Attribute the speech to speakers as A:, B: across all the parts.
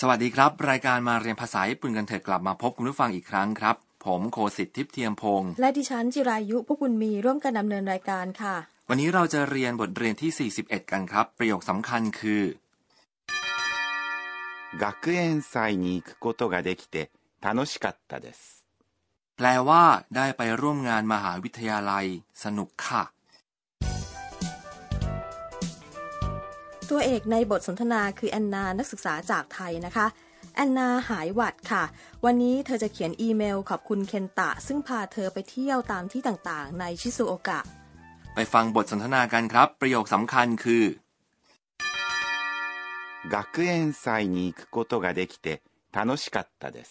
A: สวัสดีครับ รายการมาเรียนภาษาญี่ปุ่นกันเถอะกลับมาพบคุณผู้ฟังอีกครั้งครับ ผมโคสิทธิ์ทิพย์เทียมพงศ์
B: และดิฉันจิรายุพวกบุญมีร่วมกันดำเนินรายการค่ะ
A: วันนี้เราจะเรียนบทเรียนที่ 41 กันครับ ประโยคสำคัญคือ
C: 学園祭に行くことができて楽しかったです。
A: แปลว่าได้ไปร่วมงานมหาวิทยาลัย สนุกค่ะ
B: ตัวเอกในบทสนทนาคือแอนนา นักศึกษาจากไทยนะคะ แอนนาหายหวัดค่ะ วันนี้เธอจะเขียนอีเมลขอบคุณเคนตะ ซึ่งพาเธอไปเที่ยวตามที่ต่างๆ ในชิซูโอกะ
A: ไปฟังบทสนทนากันครับ ประโยคสำคัญคือ
C: 学園祭に行くことができて楽しかったです。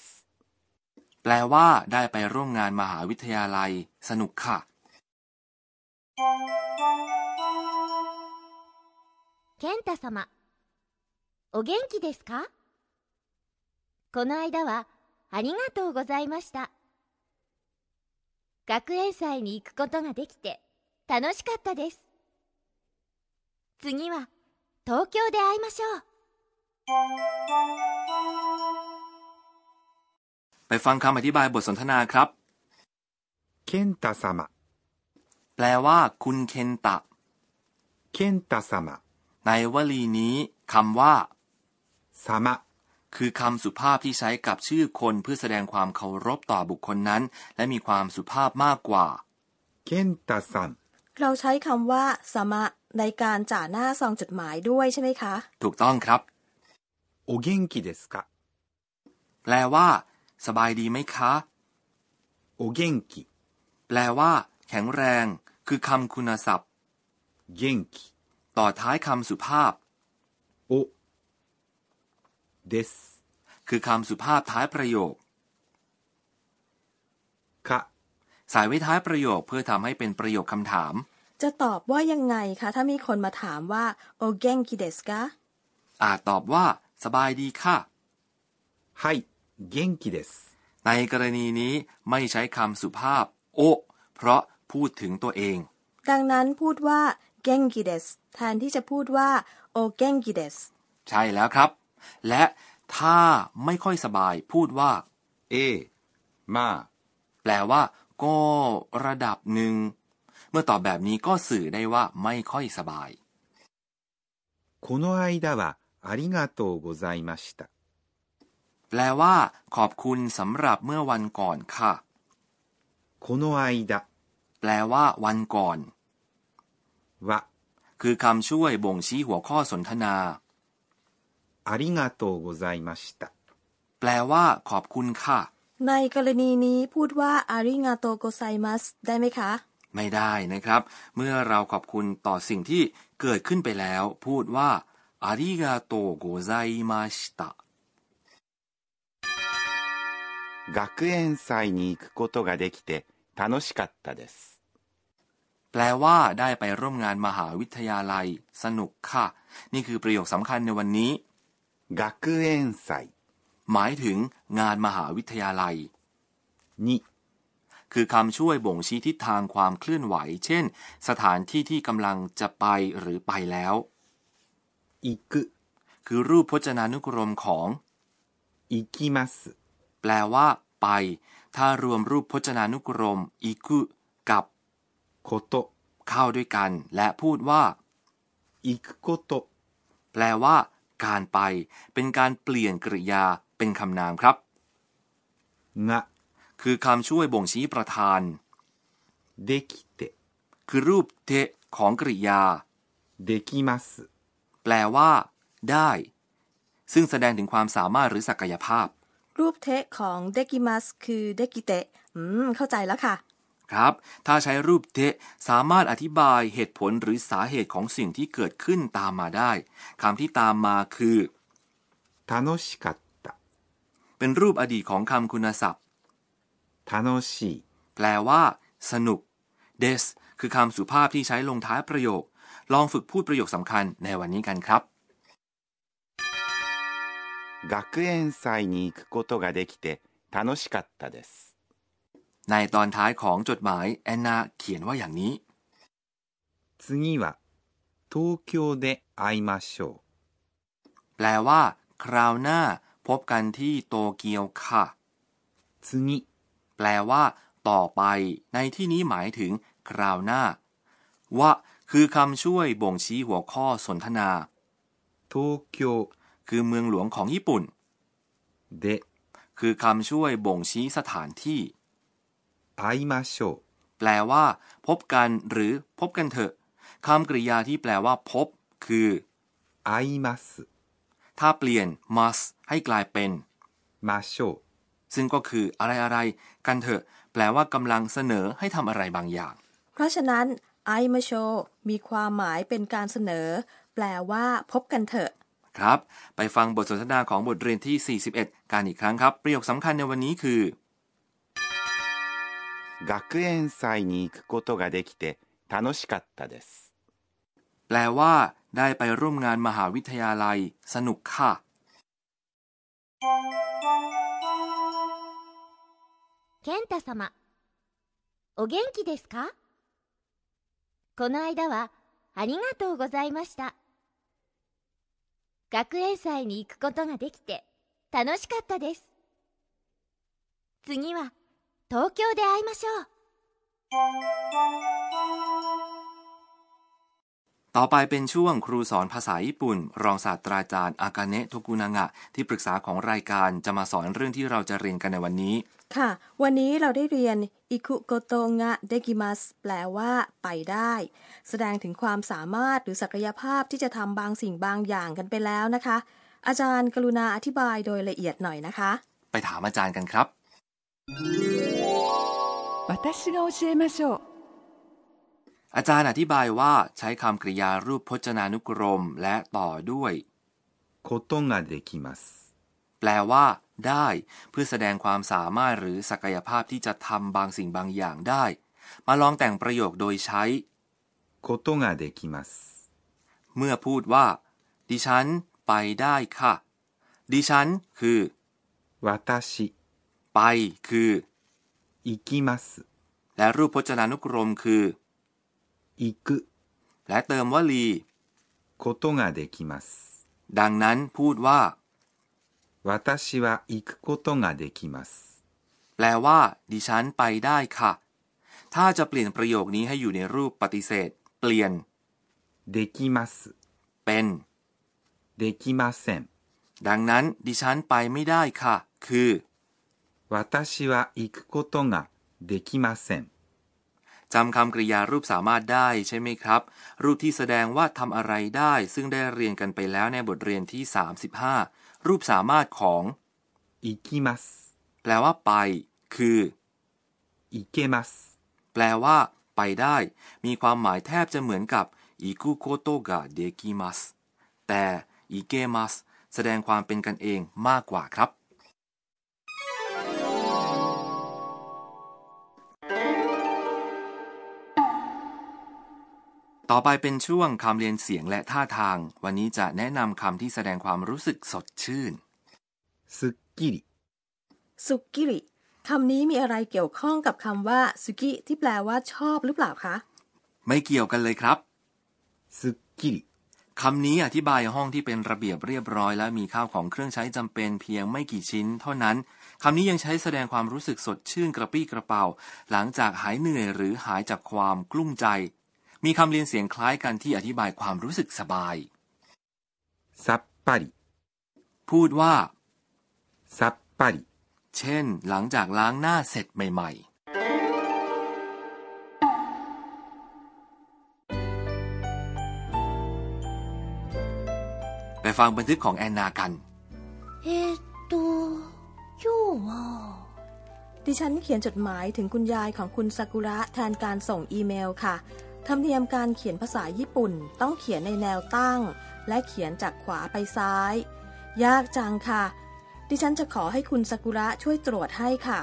A: แปลว่าได้ไปร่วมงานมหาวิทยาลัย สนุกค่ะ
D: 健太様お元気ですかこの間はありがとうございました学園祭に行くことができて楽しかったです次は東京で会いましょう
A: ไปฟังคำอธิบายบทสนทนาครับ
E: 健太様、
A: แปลว่า คุณเคนตะ
E: 健太様、
A: ในวลีนี้คำว่า
E: 様、
A: คือคำสุภาพที่ใช้กับชื่อคนเพื่อแสดงความเคารพต่อบุคคลนั้น และมีความสุภาพมากกว่า
E: 健太さん、
B: เราใช้คำว่าสมะในการจ่าหน้าซองจดหมายด้วยใช่ไหมคะ
A: ถูกต้องครับ
E: お元気ですか
A: แปลว่า สบายดีไหมคะ
E: お元気、
A: แปลว่า แข็งแรง คือคำคุณศัพท์
E: 元気、
A: ต่อท้ายคำสุภาพ
E: お、です、
A: คือคำสุภาพท้ายประโยค
E: か、
A: ใส่ไว้ท้ายประโยคเพื่อทำให้เป็นประโยคคำถาม
B: จะตอบว่ายังไงคะ ถ้ามีคนมาถามว่าโอเกงคิเดสกะ
A: อาจตอบว่า สบายดีค่ะ
E: はい、元気です。
A: ในกรณีนี้ไม่ใช้คำสุภาพ โอ เพราะพูดถึงตัวเอง
B: ดังนั้นพูดว่าเกงกิเดสแทนที่จะพูดว่าโอเกงกิเดส
A: ใช่แล้วครับ และถ้าไม่ค่อยสบายพูดว่า
C: ええ、まあ、
A: แปลว่า ก็ระดับหนึ่ง เมื่อตอบแบบนี้ก็สื่อได้ว่าไม่ค่อยสบาย
E: この間はありがとうございました。
A: แปลว่า ขอบคุณสำหรับเมื่อวันก่อนค่ะ
E: この間
A: แปลว่า วันก่อน
E: は
A: คือคำช่วยบ่งชี้หัวข้อสนทนา
E: ありがとうございました。
A: แปลว่า ขอบคุณค่ะ
B: ในกรณีนี้พูดว่าอาริงาโตโกไซมัสได้ไหมคะ
A: ไม่ได้นะครับ เมื่อเราขอบคุณต่อสิ่งที่เกิดขึ้นไปแล้ว พูดว่าอาริกาโตโกไซมาชิตะ
C: 学園祭に行くことができて楽しかったです。
A: แปลว่า ได้ไปร่วมงานมหาวิทยาลัย สนุกค่ะ นี่คือประโยคสำคัญในวันนี้
C: 学園祭
A: หมายถึงงานมหาวิทยาลัย
E: に
A: คือคำช่วยบ่งชี้ทิศทางความเคลื่อนไหว เช่น สถานที่ที่กำลังจะไปหรือไปแล้ว
E: 行く、
A: คือรูปพจนานุกรมของ
E: 行きます、
A: แปลว่า ไป ถ้ารวมรูปพจนานุกรมอิกุกับ
E: こと、
A: เข้าด้วยกัน และพูดว่า
E: 行くこと、
A: แปลว่า การไป เป็นการเปลี่ยนกริยาเป็นคำนามครับ
E: が
A: คือคำช่วยบ่งชี้ประธาน
E: できて、
A: คือรูปเทของกริยา
E: できます、
A: แปลว่า ได้ ซึ่งแสดงถึงความสามารถหรือศักยภาพ
B: รูปเทะของเดกิมัสคือเดกิเตะอืม เข้าใจแล้วค่ะ
A: ครับ ถ้าใช้รูปเทสามารถอธิบายเหตุผลหรือสาเหตุของสิ่งที่เกิดขึ้นตามมาได้คำที่ตามมาคือ
E: 楽しかった。
A: เป็นรูปอดีตของคำคุณศัพท์
E: 楽しい、
A: แปลว่า สนุก des คือคำสุภาพที่ใช้ลงท้ายประโยค ลองฝึกพูดประโยคสำคัญในวันนี้กันครับ
C: 学園祭に行くことができて楽しかったです。
A: ในตอนท้ายของจดหมายแอนนาเขียนว่าอย่างนี้
E: 次は東京で会いましょ
A: แปลว่า คราวหน้า ผ พบกันที่โตเกียวค่ะ
E: 次、
A: แปลว่า ต่อไป ในที่นี้หมายถึง คราวหน้า วะ คือคำช่วยบ่งชี้หัวข้อสนทนา
E: 東京
A: คือเมืองหลวงของญี่ปุ่น
E: で
A: คือคำช่วยบ่งชี้สถานที่
E: 会いましょ
A: แปลว่า พบกันหรือ พบกันเถอะคำกริยาที่แปลว่า พบ คือ
E: う。会います。
A: ถ้าเปลี่ยน must ให้กลายเป็น
E: ましょ
A: ซึ่งก็คืออะไรอะไรๆกันเถอะ แปลว่ากำลังเสนอให้ทำอะไรบางอย่าง
B: เพราะฉะนั้น I m a s h o มีความหมายเป็นการเสนอ แปลว่า พบกันเถอะ
A: ครับ ไปฟังบทสนทนาของบทเรียนที่ 41 กันอีกครั้งครับ ประโยคสำคัญในวันนี้คือ
C: 学園祭に行くことができて楽しかったです
A: แปลว่า ได้ไปร่วมงานมหาวิทยาลัย สนุกค่ะ
D: 健太様お元気ですかこの間はありがとうございました学園祭に行くことができて楽しかったです次は東京で会いましょう
A: ต่อไปเป็นช่วงครูสอนภาษาญี่ปุ่น รองศาสตราจารย์อากาเนะโทกุนางะ ที่ปรึกษาของรายการจะมาสอนเรื่องที่เราจะเรียนกันในวันนี้
B: ค่ะ วันนี้เราได้เรียน ikugotonga dekimas แปลว่า ไปได้ แสดงถึงความสามารถหรือศักยภาพที่จะทำบางสิ่งบางอย่างกันไปแล้วนะคะ อาจารย์กรุณาอธิบายโดยละเอียดหน่อยนะคะ
A: ไปถามอาจารย์กันครับ
F: 私が教えましょう
A: อาจารย์อธิบายว่าใช้คำกริยารูปพจนานุกรม และต่อด้วย
E: う。ことができます。
A: แปลว่า ได้ เพื่อแสดงความสามารถหรือศักยภาพที่จะทำบางสิ่งบางอย่างได้ มาลองแต่งประโยคโดยใช้
E: ことができます。
A: เมื่อพูดว่า ดิฉัน ไปได้ค่ะ ดิฉัน คือ
E: 私、
A: ไปคือ
E: 行きます。
A: และรูปพจนานุกรมคือ
E: 行く。
A: และเติมวลี
E: ことができます。
A: ดังนั้นพูดว่า
E: 私は行くことができます。
A: แปลว่า ดิฉันไปได้ค่ะ ถ้าจะเปลี่ยนประโยคนี้ให้อยู่ในรูปปฏิเสธ เปลี่ยน
E: できます。
A: เป็น
E: できません。
A: ดังนั้น ดิฉันไปไม่ได้ค่ะ คือ
E: 私は行くことができません。
A: จำคำกริยารูปสามารถได้ใช่ไหมครับ รูปที่แสดงว่าทำอะไรได้ ซึ่งได้เรียนกันไปแล้วในบทเรียนที่ 35 รูปสามารถของ
E: 行きます。
A: แปลว่าไป คือ
E: 行けます。
A: แปลว่า ไปได้ มีความหมายแทบจะเหมือนกับ iku koto ga dekimasu แต่ ikemasu แสดงความเป็นกันเองมากกว่าครับ ต่อไปเป็นช่วงคำเรียนเสียงและท่าทาง วันนี้จะแนะนำคำที่แสดงความรู้สึกสดชื่น
E: すっきり。
B: สุกิริคำนี้มีอะไรเกี่ยวข้องกับคำว่าสุกิที่แปลว่าชอบหรือเปล่าคะ
A: ไม่เกี่ยวกันเลยครับ
E: すっきり。
A: คำนี้อธิบายห้องที่เป็นระเบียบเรียบร้อยและมีข้าวของเครื่องใช้จำเป็นเพียงไม่กี่ชิ้น เท่านั้น คำนี้ยังใช้แสดงความรู้สึกสดชื่นกระปี้กระเป๋า หลังจากหายเหนื่อยหรือหายจากความกลุ้มใจ มีคำเรียนเสียงคล้ายกันที่อธิบายความรู้สึกสบาย
E: さっぱり。
A: พูดว่า
E: さっぱり。
A: เช่น หลังจากล้างหน้าเสร็จใหม่ ๆ ไปฟังบันทึกของแอนนากัน
D: えっと今日は
B: ดิฉันเขียนจดหมายถึงคุณยายของคุณซากุระแทนการส่งอีเมลค่ะ ธรรมเนียมการเขียนภาษาญี่ปุ่น ต้องเขียนในแนวตั้ง และเขียนจากขวาไปซ้าย ยากจังค่ะ ดิฉันจะขอให้คุณซากุระช่วยตรวจให้ค่ะ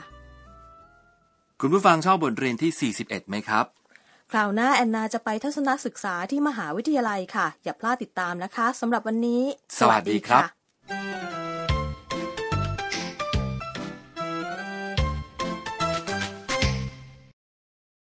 A: คุณผู้ฟังชอบบทเรียนที่ 41 ไหมครับ
B: คราวหน้าแอนนาจะไปทัศนศึกษาที่มหาวิทยาลัยค่ะ อย่าพลาดติดตามนะคะสำหรับวันนี้
A: สวัสดีครับ